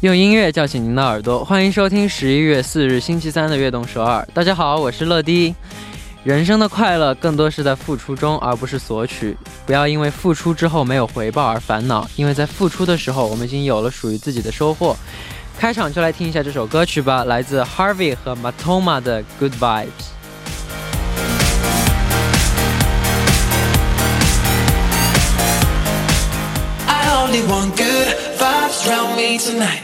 用音乐叫醒您的耳朵，欢迎收听十一月四日星期三的《悦动首尔》。大家好，我是乐迪。人生的快乐更多是在付出中，而不是索取。不要因为付出之后没有回报而烦恼，因为在付出的时候，我们已经有了属于自己的收获。开场就来听一下这首歌曲吧，来自 Harvey 和 Matoma 的《Good Vibes》。 I only want good vibes round me tonight.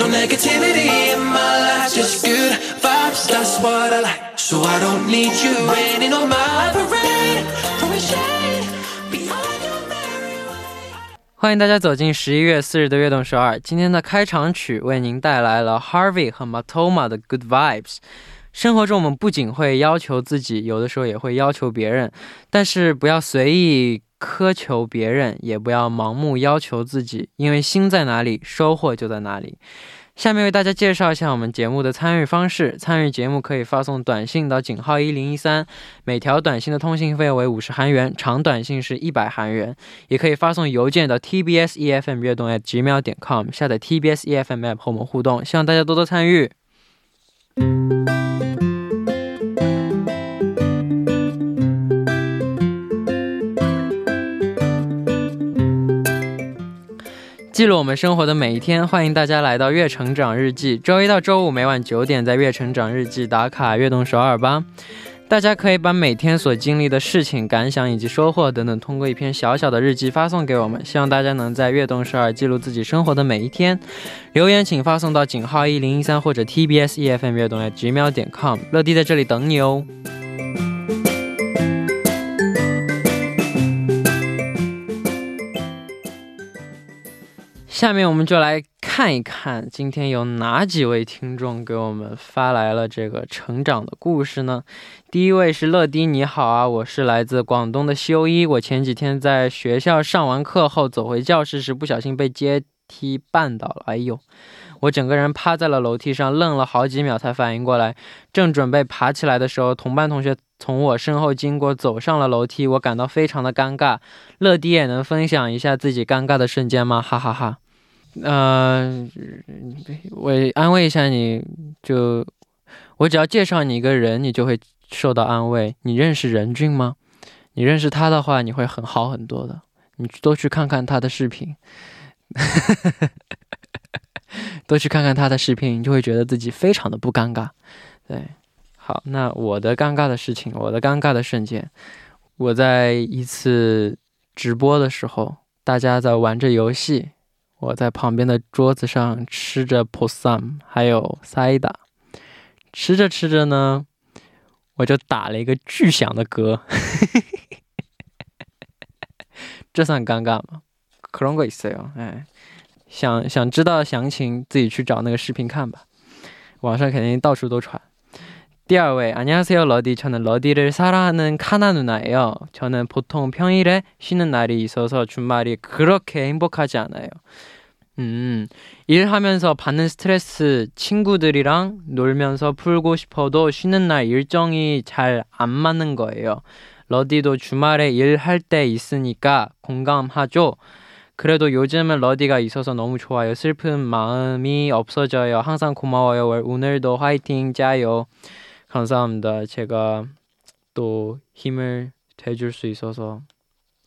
No negativity in my life, just good vibes, that's what I like. So I don't need you raining on my parade. From a shade behind your merry way. 欢迎大家走进十一月四日的《悦动首尔》。今天的开场曲为您带来了 Harvey 和 Matoma 的《Good Vibes》。生活中，我们不仅会要求自己，有的时候也会要求别人，但是不要随意苛求别人，也不要盲目要求自己，因为心在哪里，收获就在哪里。下面为大家介绍一下我们节目的参与方式。参与节目可以发送短信到井号一零一三，每条短信的通信费为五十韩元，长短信是一百韩元。也可以发送邮件到 tbs efm 悦动 at gmail 点 com，下载 tbs efm app 和我们互动，希望大家多多参与。记录我们生活的每一天，欢迎大家来到《月成长日记》，周一到周五每晚九点在《月成长日记》打卡悦动首尔吧。大家可以把每天所经历的事情、感想以及收获等等，通过一篇小小的日记发送给我们。希望大家能在悦动首尔记录自己生活的每一天。留言请发送到井号一零一三或者 TBS EFM 悦动 at gmail 点 com，乐迪在这里等你哦。下面我们就来看一看，今天有哪几位听众给我们发来了这个成长的故事呢？第一位是乐迪，你好啊，我是来自广东的修一。我前几天在学校上完课后走回教室时，不小心被阶梯绊倒了，哎呦，我整个人趴在了楼梯上，愣了好几秒才反应过来。正准备爬起来的时候，同班同学从我身后经过，走上了楼梯，我感到非常的尴尬。乐迪也能分享一下自己尴尬的瞬间吗？哈哈哈呃，我安慰一下你，就我只要介绍你一个人，你就会受到安慰。你认识任俊吗？你认识他的话，你会很好很多的。你多去看看他的视频， 多去看看他的视频，你就会觉得自己非常的不尴尬。对，好，那我的尴尬的事情，我的尴尬的瞬间，我在一次直播的时候，大家在玩着游戏，我在旁边的桌子上吃着 posam，还有 saida，吃着吃着呢，我就打了一个巨响的嗝，这算尴尬吗？그런거있어요，哎，想想知道详情，自己去找那个视频看吧，网上肯定到处都传。第二位，안녕하세요，러디저는러디를사랑하는카나누나예요저는보통평일에쉬는날이있어서주말이그렇게행복하지않아요 음, 일하면서 받는 스트레스 친구들이랑 놀면서 풀고 싶어도 쉬는 날 일정이 잘 안 맞는 거예요. 러디도 주말에 일할 때 있으니까 공감하죠. 그래도 요즘은 러디가 있어서 너무 좋아요. 슬픈 마음이 없어져요. 항상 고마워요. 월- 오늘도 화이팅 짜요. 감사합니다. 제가 또 힘을 돼줄 수 있어서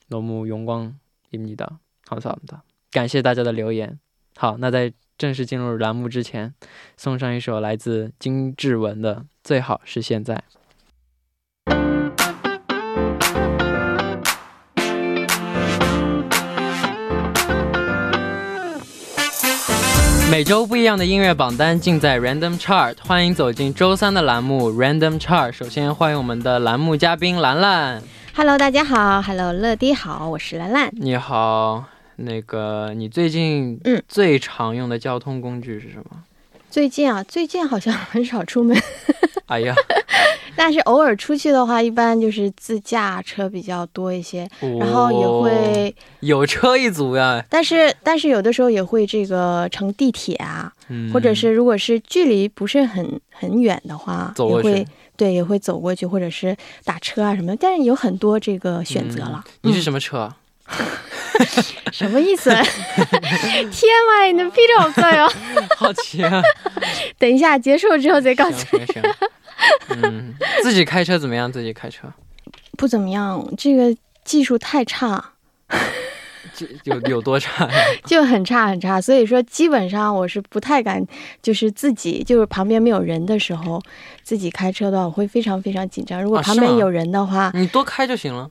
너무 영광입니다. 감사합니다. 感谢大家的留言。好，那在正式进入栏目之前，送上一首来自金志文的《最好是现在》。每周不一样的音乐榜单尽在 Random Chart，欢迎走进周三的栏目 Random Chart。首先欢迎我们的栏目嘉宾兰兰， Hello，大家好，Hello，乐迪好，我是兰兰。你好。那个，你最近嗯最常用的交通工具是什么？最近啊，最近好像很少出门，哎呀，但是偶尔出去的话，一般就是自驾车比较多一些，然后也哦会，有车一族呀，但是但是有的时候也会这个乘地铁啊，嗯或者是如果是距离不是很很远的话，走过也去会对也会走过去，或者是打车啊什么的。但是有很多这个选择了。你是嗯什么车？什么意思 ？TMI のピローだよ。好奇啊，哦 等一下结束之后再告行诉。行行，嗯，自己开车怎么样？自己开车不怎么样，这个技术太差，这有有多 差呀？就很差很差。所以说，基本上我是不太敢，就是自己就是旁边没有人的时候，自己开车的话，我会非常非常紧张。如果啊旁是边吗嗯有人的话，你多开就行了，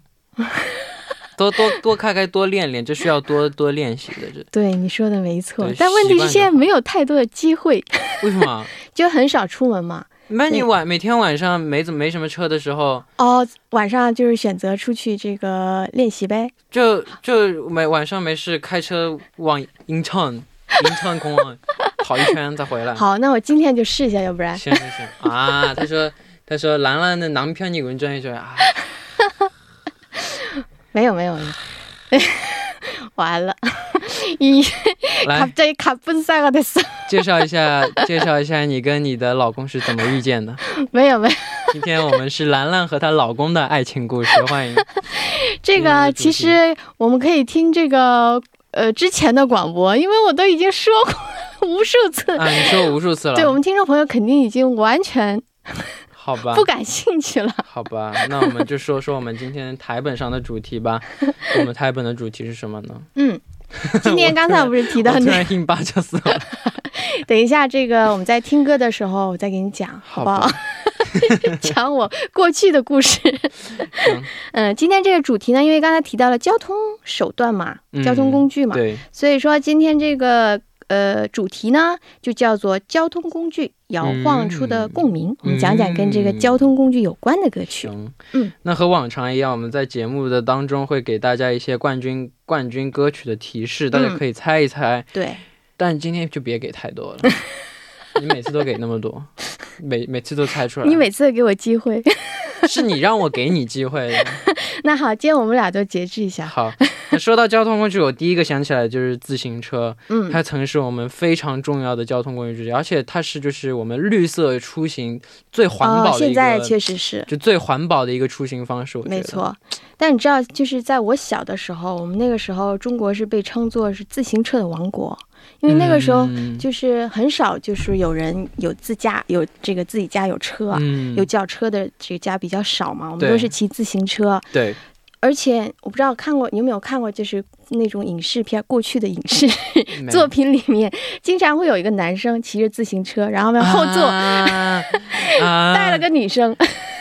多多多开开，多练练，这需要多多练习的。这对你说的没错对。但问题习惯就是现在没有太多的机会，为什么 啊？就很少出门嘛。那你对晚每天晚上没怎么没什么车的时候，哦，晚上就是选择出去这个练习呗。就就没晚上没事开车往 Incheon Incheon 空港跑一圈再回来。好，那我今天就试一下，要不然行行行 啊！他说他说兰兰的男편이운전해줘요啊，没有没有没 有，完了， 一哎卡来这卡不三个的死，介绍一下 介绍一下你跟你的老公是怎么遇 见的。 没有没有，今天我们是兰兰和她老公的爱情故事，欢迎。这嗯个主题其实我们可以听这个呃之前的广播，因为我都已经说过无数次，啊，你说无数次了，对我们听众朋友肯定已经完全好吧不，感兴趣 了。好吧，那我们就说说我们今天台本上的主题 吧。我们台本的主题是什么呢？嗯，今天刚才我不是提我到突那，然硬巴就死 了，等一下这个我们在听歌的时候我再给你讲，好不好？吧。 讲我过去的故事。 行 嗯，今天这个主题呢，因为刚才提到了交通手段嘛，嗯交通工具嘛，对，所以说今天这个呃主题呢，就叫做交通工具摇晃出的共嗯鸣。我们讲讲跟这个交通工具有关的歌曲。行，嗯，那和往常一样，我们在节目的当中会给大家一些冠军冠军歌曲的提示，嗯大家可以猜一猜，对，但今天就别给太多 了。你每次都给那么多，每每次都猜出来，你每次都给我机会。 是你让我给你机会的。那好，今天我们俩就节制一下。 好，那说到交通工具，我第一个想起来就是自行车，嗯，它曾是我们非常重要的交通工具之一，而且它是就是我们绿色出行最环哦，保的现一个，在确实是。就最环保的一个出行方式，我觉得没。错，但你知道，就是在我小的时候，我们那个时候中国是被称作是自行车的王国，因为那个时候嗯就是很少，就是有人有自驾，有这个自己家有车啊，嗯有轿车的这个家比较少嘛，我们对都是骑自行车。对，而且我不知道看过你有没有看过，就是那种影视片，过去的影视没作品里面，经常会有一个男生骑着自行车，然后呢后座啊， 啊带了个女生，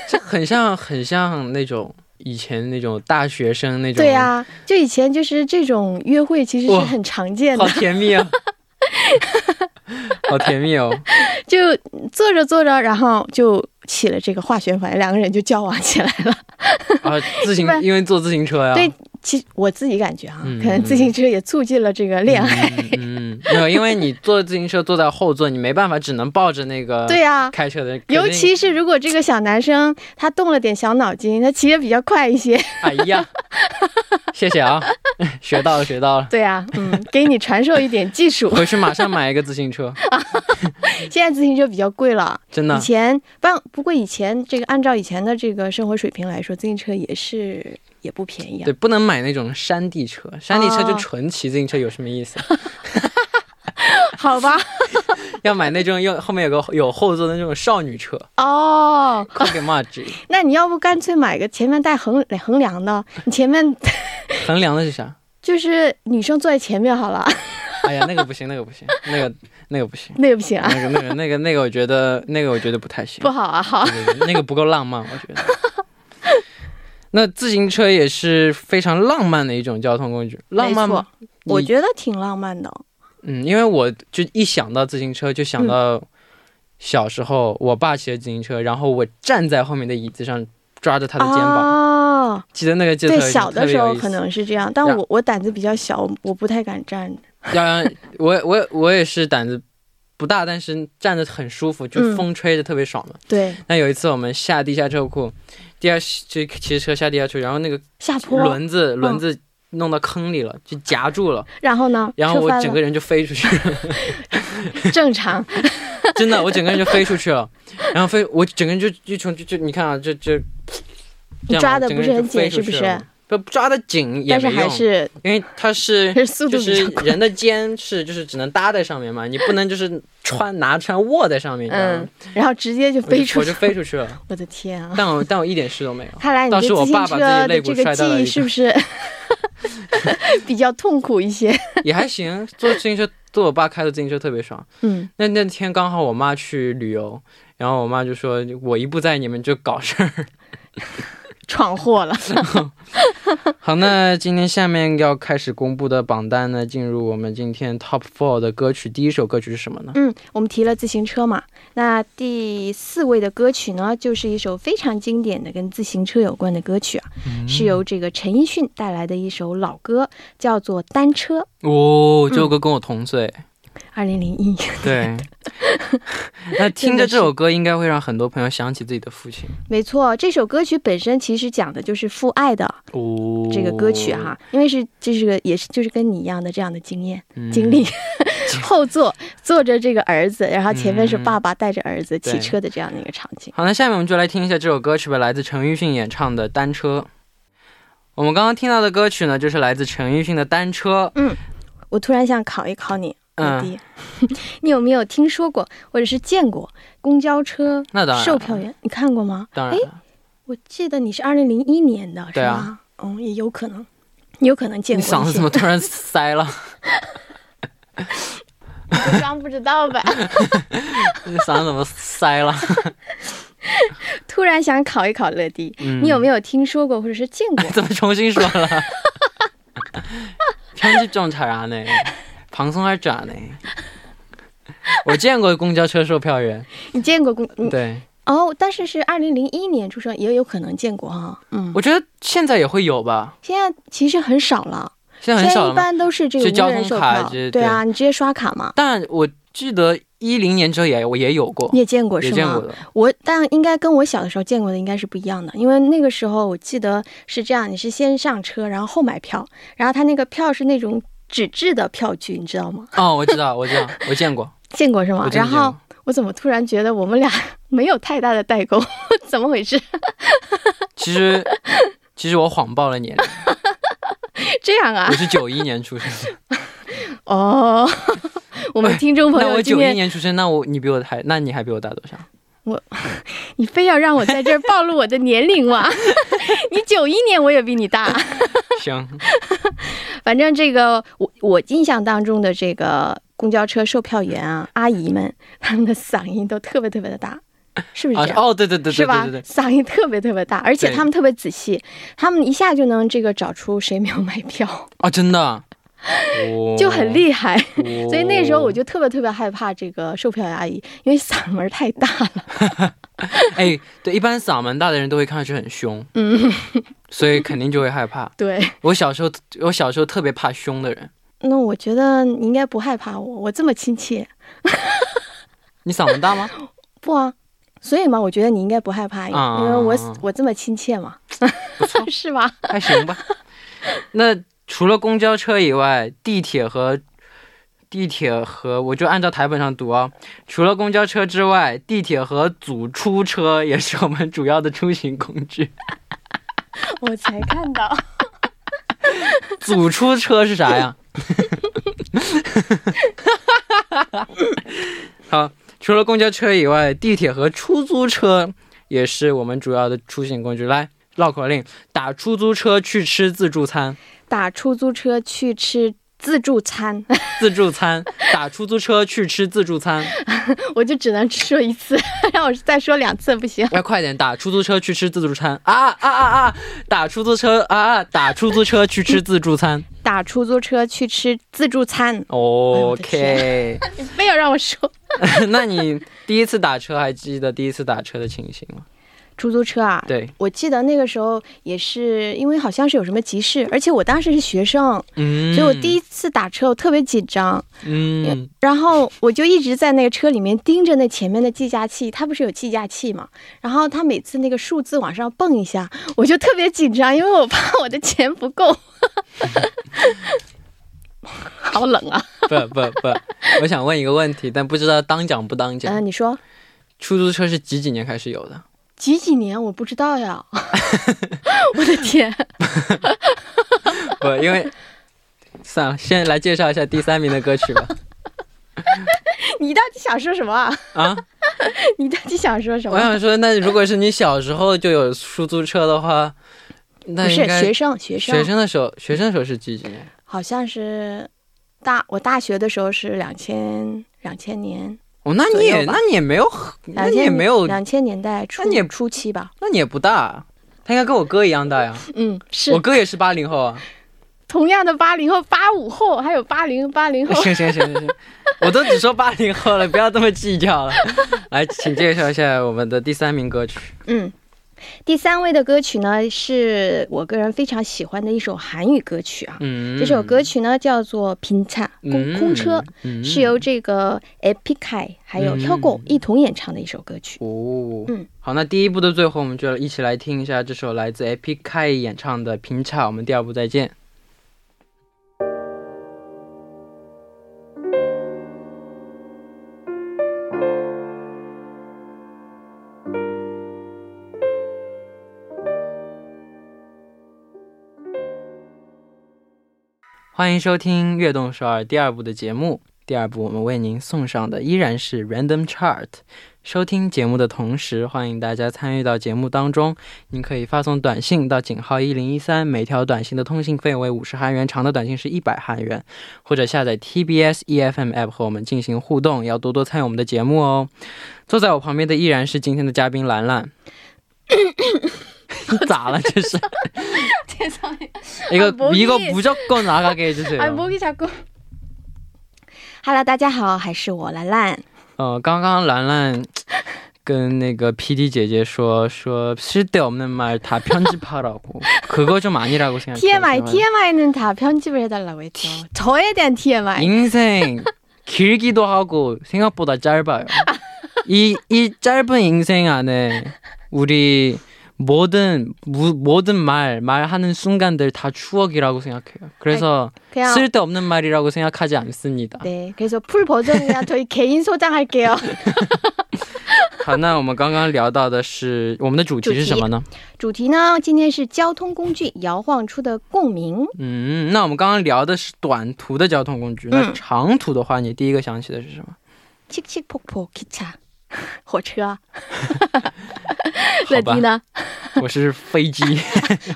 这很像很像那种以前那种大学生那种，对呀、就以前就是这种约会其实是哇很常见的好，甜蜜啊，好甜蜜哦，就坐着坐着，然后就起了这个化学反应，两个人就交往起来了。啊，自行一般因为坐自行车呀，对其实我自己感觉啊，嗯可能自行车也促进了这个恋爱。嗯，嗯，没有，因为你坐自行车坐在后座，你没办法，只能抱着那个对啊，开车的人，尤肯定其是如果这个小男生他动了点小脑筋，他骑得比较快 一些。哎呀，谢谢啊， 学到了学到了，对啊，嗯，给你传授一点 技术。回去马上买一个自行车，现在自行车比较贵了，真以的，前不不过以前这个按照以前的这个生活水平来说，自行车也是也不便宜啊对，。不能买那种山地车，山地车就哦纯骑自行车有什么意思？好 吧， 要买那种用后面有个有后座的那种少女车，哦，快给骂 纸。那你要不干脆买个前面带横横梁的，你前面 横梁的是啥？就是女生坐在前面好了， 哎呀，那个不行，那个不行，那个那个不行，那也不行啊，那个那个那个那个，我觉得那个我觉得不太行不，好啊，好对对对那个不够浪漫，我 觉得。那自行车也是非常浪漫的一种交通工具，浪漫吗？你我觉得挺浪漫的。嗯，因为我就一想到自行车，就想嗯到小时候我爸骑着自行车，然后我站在后面的椅子上抓着他的肩膀，哦，记得那个记得对，特别小的时特别有候意思可能是这样，但然我我胆子比较小，我不太敢站。 要让我我我也是胆子不大，但是站着很舒服，就嗯风吹着特别爽嘛。对，那有一次我们下地下车库，地下就骑车下地下车库，然后那个下坡，嗯轮子轮子弄到坑里了，就夹住了，然后呢？然后车我翻整了，个人就飞出去了， 正常。真的，我整个人就飞出去了， 然后飞我整个人就就从就就你看啊，就就。这样你抓得我整个不是人就很紧飞出是不去了是不抓的紧也但是没还用，是 因为它是还是速就度比是较快。人的肩是就是只能搭在上面嘛， 你不能就是穿拿穿握在上面，你知道 嗯吗，然后直接就我就嗯飞出我去就，飞出去 了。我的天啊！但我但我一点事都没有。看来你当对时我自行爸把车自己肋的骨这个摔记断了忆一是不是 比较痛苦一些？也还行，坐自行车，坐我爸开的自行车特别爽。嗯，那那天刚好我妈去旅游，然后我妈就说：“我一不在，你们就搞事儿。 闯祸了。”好，那今天下面要开始公布的榜单呢，进入我们今天 Top Four 的歌曲，第一首歌曲是什么呢？嗯，我们提了自行车嘛，那第四位的歌曲呢，就是一首非常经典的跟自行车有关的歌曲啊，嗯是由这个陈奕迅带来的一首老歌，叫做《单车》，哦，这首歌跟我同岁，二零零一。 对。那听着这首歌，应该会让很多朋友想起自己的父亲。没错，这首歌曲本身其实讲的就是父爱的哦，这个歌曲哈，因为是这是个也是就是跟你一样的这样的经验嗯经历， 后座坐着这个儿子，然后前面是嗯爸爸带着儿子骑对车的这样的一个场景。好，那下面我们就来听一下这首歌曲吧，来自陈奕迅演唱的《单车》。我们刚刚听到的歌曲呢，就是来自陈奕迅的《单车》。我突然想考一考你，老嗯弟， 你有没有听说过或者是见过公交车那当然了售票员？你看过吗？当然了，我记得你是二零零一年的，是对吧？啊嗯，也有可能，有可能见你过一些。嗓子怎么突然塞了？ 我装不知道呗？你嗓子怎么塞了？突然想考一考乐迪，嗯你有没有听说过或者是见 过怎么重新说了？天气正常啊呢，旁松还转呢。我见过公交车售票员，你见过公？你对哦，但是是二零零一年出生，也有可能见过哈。嗯，我觉得现在也会有吧，现在其实很少了，现在很现在少一了吗。般都是这个是交无人通售卡哦票直接，对啊，你直接刷卡嘛。但我记得一零年之后也我也有过你，也见过是也吗？见过的。我但应该跟我小的时候见过的应该是不一样的，因为那个时候我记得是这样，你是先上车，然后后买票，然后他那个票是那种纸质的票据，你知道吗？哦，我知道，我知道，我见过。见过是我吗？真然的见后过我怎么突然觉得我们俩 没有太大的代沟， 怎么回事？其实其实我谎报了年龄，这样啊我？是九一年出生的。哦， 我们听 众朋那我友今九一天年出生，那我你比我还，那你还比我大多少？你非要让我在这儿暴露我的年龄吗？ 你九一年我也比你大。行，反正这个我我印象当中的这个公交车售票员啊，阿姨们， 她们的嗓音都特别特别的大，是 不是啊这样？哦，对对对是对吧对对？对，嗓音特别特别大，而且对他们特别仔细，他们一下就能这个找出谁没有买票，哦，真的，哦 就很厉害。哦所以那时候我就特别特别害怕这个售票员阿姨，因为嗓门儿 太大了。 哎，对，一般嗓门大的人都会看上去很凶，嗯，所以肯定就会害怕。对，我小时候，我小时候特别怕凶的人。那我觉得你应该不害怕我，我这么亲切，你嗓门大吗？不啊。所以嘛，我觉得你应该不害怕，啊因为我我这么亲切嘛， 是吧？还行吧。那除了公交车以外，地铁和地铁和我就按照台本上读啊、除了公交车之外，地铁和组出车也是我们主要的出行工具。我才看到，组出车是啥呀？ 好，除了公交车以外，地铁和出租车也是我们主要的出行工具。来，绕口令：打出租车去吃自助餐。打出租车去吃自助餐， 自助餐， 打出租车去吃自助餐，我就只能说一次， 让我再说两次不行。要哎快点打出租车去吃自助餐啊啊啊啊！打出租车啊啊！打出租车去吃自助 餐。打出租车去吃自助餐，哎我的 OK， 你非要让我说那你第一次打车还记得第一次打车的情形吗？出租车啊？对，我记得那个时候也是因为好像是有什么急事，而且我当时是学生，嗯，所以我第一次打车我特别紧张，嗯然后我就一直在那个车里面盯着那前面的计价器，它不是有计价器嘛？然后它每次那个数字往上蹦一下，我就特别紧张，因为我怕我的钱不够。 好冷啊！不不不， 我想问一个问题，但不知道当讲不当嗯、讲。你说出租车是几几年开始有的？ 几几年？我不知道呀。我的天，不，因为算了，先来介绍一下第三名的歌曲吧。你到底想说什么啊？ 啊，你到底想说什我么？想说，那如果是你小时候就有出租车的话，那不是应该学生，学生，学生的时候，学生的时候是几几年？好像是大我大学的时候是两千两千年，哦，那你左也右吧那你也没有很，那两你也千没有，两千年代初那你也初期吧？那你也不大，他应该跟我哥一样大呀。嗯，是我哥也是八零后 啊。同样的八零后、八五后，还有八零八 零后，行行行行行，我都只说八零后了，不要这么计较了。 来，请介绍一下我们的第三名歌曲。嗯。第三位的歌曲呢，是我个人非常喜欢的一首韩语歌曲啊。嗯，这首歌曲呢叫做《平차공空车》，嗯是由这个 e p i c a i 还有嗯 Hyogo 一同演唱的一首歌曲。哦，嗯，好，那第一部的最后，我们就一起来听一下这首来自 a p k 演唱的《平差》，我们第二部再见。欢迎收听《悦动首尔》第二部的节目。第二部我们为您送上的依然是 Random Chart。收听节目的同时，欢迎大家参与到节目当中。您可以发送短信到井号一零一三，每条短信的通信费为五十韩元，长的短信是一百韩元，或者下载 TBS EFM E app 和我们进行互动，要多多参与我们的节目哦。坐在我旁边的依然是今天的嘉宾兰 兰。咋了？这是一个啊不好意一思个不叫够拿个给这是。哎，莫给小哥，Hello，大家好，还是我兰兰。呃，刚刚兰兰 跟那个 PD 姐姐说说，是的，我们买다편집하라고，그거좀아니라고 생각해요. TMI 정말. TMI는 다 편집을 해달라고 했죠. 저에 대한 TMI. 인생 길기도 하고 생각보다 짧아요. 이, 이 짧은 인생 안에 우리 모든 무, 모든 말 말하는 순간들 다 추억이라고 생각해요. 그래서 그냥 쓸데없는 말이라고 생각하지 않습니다. 네, 그래서 풀 버전이야 저희 개인 소장할게요. 好，那我们刚刚聊到的是我们的主题是主题什么呢？主题呢，今天是交通工具摇晃出的共鸣。嗯，那我们刚刚聊的是短途的交通工具，那嗯长途的话，你第一个想起的是 什么？ 칙칙폭폭 기차，火车。好乐吧迪，呢？我是飞机。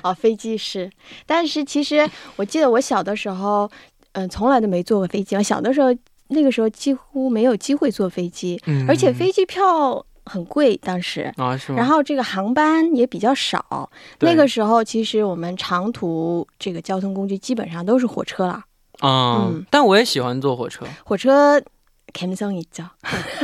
哦，飞机是，但是其实我记得我小的时候，嗯、从来都没坐过飞机。我小的时候，那个时候几乎没有机会坐飞机，嗯 而且飞机票很贵，当时。啊是吗？然后这个航班也比较少，对那个时候其实我们长途这个交通工具基本上都是火车了。嗯，嗯但我也喜欢坐火车。火车 c a m s o n 一叫，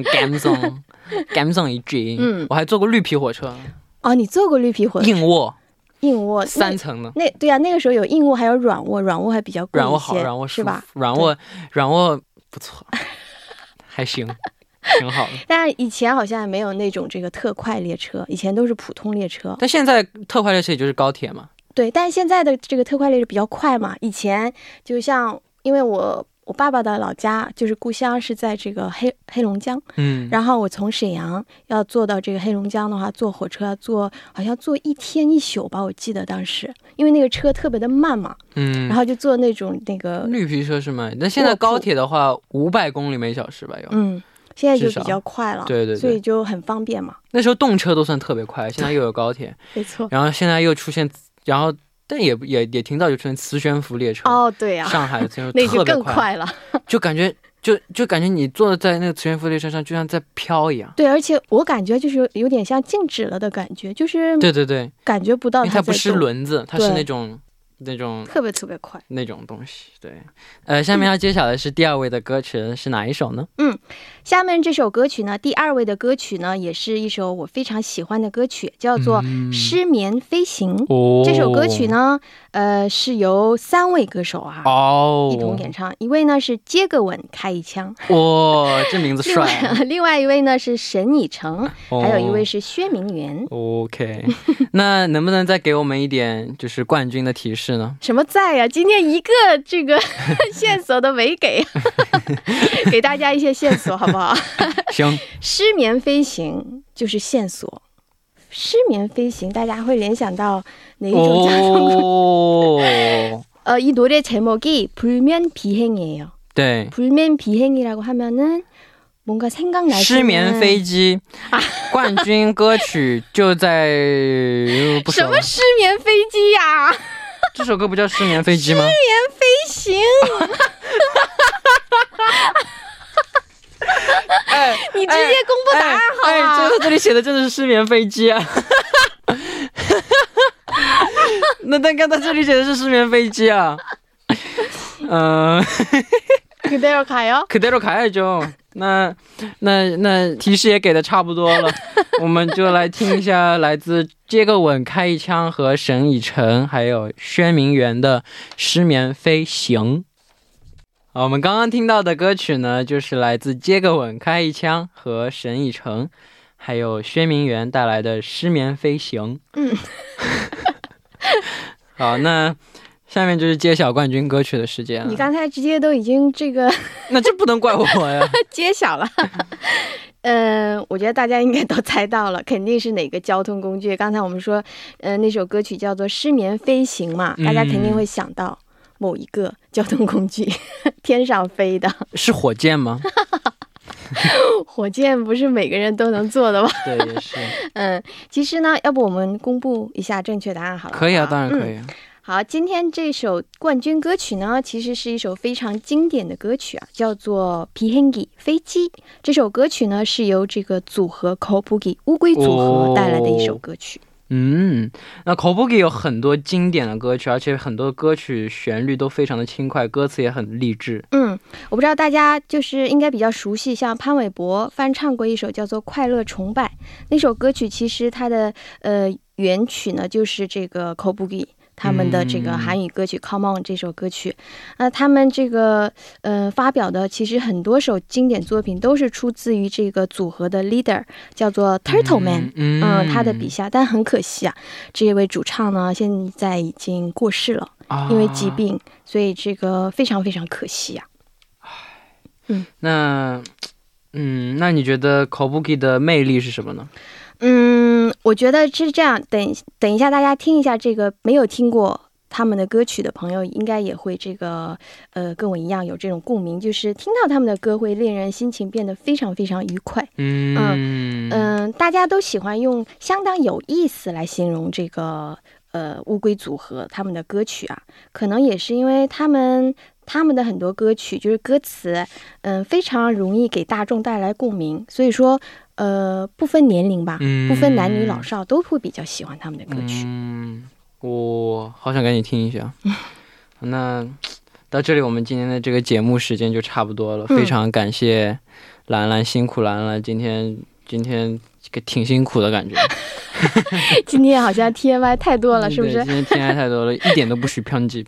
Gamson，Gamson，Gamson 一 G。嗯我还坐过绿皮火车，哦，你坐过绿皮火车？硬卧硬卧那三层的，那对呀、那个时候有硬卧，还有软卧，软卧还比较贵一些，软卧好，软卧舒是服吧？，软卧软卧不 错，还行，挺好的。但以前好像也没有那种这个特快列车，以前都是普通列车。但现在特快列车也就是高铁嘛。对，但是现在的这个特快列车比较快嘛。以前就像，因为我我爸爸的老家就是故乡是在这个黑黑龙江，嗯，然后我从沈阳要坐到这个黑龙江的话，坐火车要坐好像坐一天一宿吧，我记得当时，因为那个车特别的慢嘛，嗯然后就坐那种那个绿皮车是吗？那现在高铁的话，五百公里每小时吧有。嗯，现在就至少比较快了，对对对所以就很方便嘛，那时候动车都算特别快，现在又有高铁，没错。然后现在又出现，然后但也也也挺早就出现磁悬浮列车。 哦，对呀、上海的磁悬浮那特就别更快了。就感觉就就感觉你坐在那个磁悬浮列车上，就像在飘一样。对，而且我感觉就是有点像静止了的感觉，就是对对对，因感觉不到为它不嗯哦在是动，轮子，它是对那种那种特别特别快。那种东西。对，呃，下面要揭晓的是第二位的歌曲是哪一首呢？下面这首歌曲呢，第二位的歌曲呢，也是一首我非常喜欢的歌曲，叫做《失眠飞行》。嗯哦这首歌曲？呢，呃，是由三位歌手啊。哦，一同演唱，一位呢是接个吻开一枪，哇、这名字另外帅啊。 另外一位呢是沈以诚，哦还有一位是薛明媛。 OK，那 能不能再给我们一点就是冠军的提示 呢？什么在呀、今天一个这 个线索都没给，啊给大家一些线索好不好？行，失眠飞行就是线索。失眠飞行，大家会联想到哪一种交通？哦， 어, 呃 이 노래 제목이 불면 비행이에요. 对， 불면 비행이라고 하면은 뭔가 생각날 失眠飞机冠军歌曲就在呃不什熟么了，失眠飞机呀、飞这首歌不叫失眠飞机吗？行， 哎，你直接公布答案好哎，吗？这他这里写的真的是失眠飞机啊！ 那但刚才这里写的是失眠飞机啊。嗯、 그대로 가요. 그대로 가야죠. 那那那提示也给的差不多了，我们就来听一下来自《接个吻开一枪》和沈以诚还有宣明媛的《失眠飞行》。啊，我们刚刚听到的歌曲呢，就是来自《接个吻开一枪》和沈以诚还有宣明媛带来的《失眠飞行》。嗯， 好，那下面就是揭晓冠军歌曲的时间了。你刚才直接都已经这个 那这不能怪我呀。揭晓了。 嗯，我觉得大家应该都猜到了，肯定是哪个交通工具。刚才我们说，呃，那首歌曲叫做《失眠飞行》嘛，嗯大家肯定会想到某一个交通工具， 天上飞的是火箭 吗？火箭，不是每个人都能坐的吧？对，也是。嗯，其实呢，要不我们公布一下正确答案好了。可以啊，好不好当然可嗯以啊。好，今天这首冠军歌曲呢，其实是一首非常经典的歌曲啊，叫做《Pihengi 飞机》。这首歌曲呢，是由这个组合 Kobugi 乌龟组合带来的一哦首歌曲。嗯，那 Kobugi 有很多经典的歌曲，而且很多歌曲旋律都非常的轻快，歌词也很励志。嗯，我不知道大家就是应该比较熟悉，像潘玮柏翻唱过一首叫做《快乐崇拜》那首歌曲，其实它的呃原曲呢就是这个 Kobugi 他们的这个嗯韩语歌曲《Come On》这首歌曲。那、他们这个呃发表的其实很多首经典作品都是出自于这个组合的 leader 叫做 Turtle Man。嗯嗯，他的笔下，但很可惜啊，这位主唱呢，现在已经过世了，因为疾。啊病，所以这个非常非常可惜啊呀、那，嗯，那你觉得 Kobugi 的魅力是什么呢？嗯，我觉得是这样。等等一下，大家听一下这个没有听过他们的歌曲的朋友，应该也会这个呃，跟我一样有这种共鸣，就是听到他们的歌会令人心情变得非常非常愉快。嗯嗯、大家都喜欢用相当有意思来形容这个呃乌龟组合他们的歌曲啊，可能也是因为他们。他们的很多歌曲就是歌词，嗯，非常容易给大众带来共鸣，所以说，呃，不分年龄吧，嗯不分男女老少都会比较喜欢他们的歌曲。嗯，我好想赶紧听一 下。那到这里，我们今天的这个节目时间就差不多了。嗯非常感谢兰兰，辛苦兰兰，今天今天这个挺辛苦的感觉， 今天好像 TMI 太 多了，是不嗯对是？今天天爱太多了，一点都不许偏激。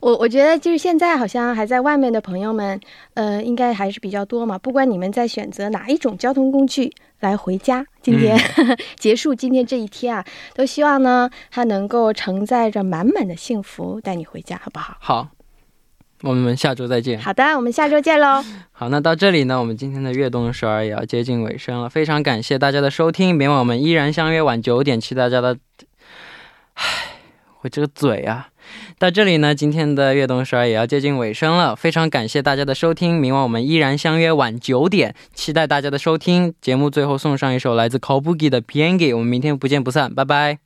我我觉得就是现在好像还在外面的朋友们，呃，应该还是比较多嘛。不管你们在选择哪一种交通工具来回家，今天、嗯 结束今天这一天啊，都希望呢它能够承载着满满的幸福带你回家，好不好？好，我们下周再见。好的，我们下周见喽。好，那到这里呢，我们今天的悦动首尔也要接近尾声了。非常感谢大家的收听，明晚我们依然相约晚九点，期待大家的。 唉，我这个嘴啊！到这里呢，今天的悦动首尔也要接近尾声了。非常感谢大家的收听，明晚我们依然相约晚九点，期待大家的收听。节目最后送上一首来自 Kobugi 的《p i a n g i 我们明天不见不散，拜拜。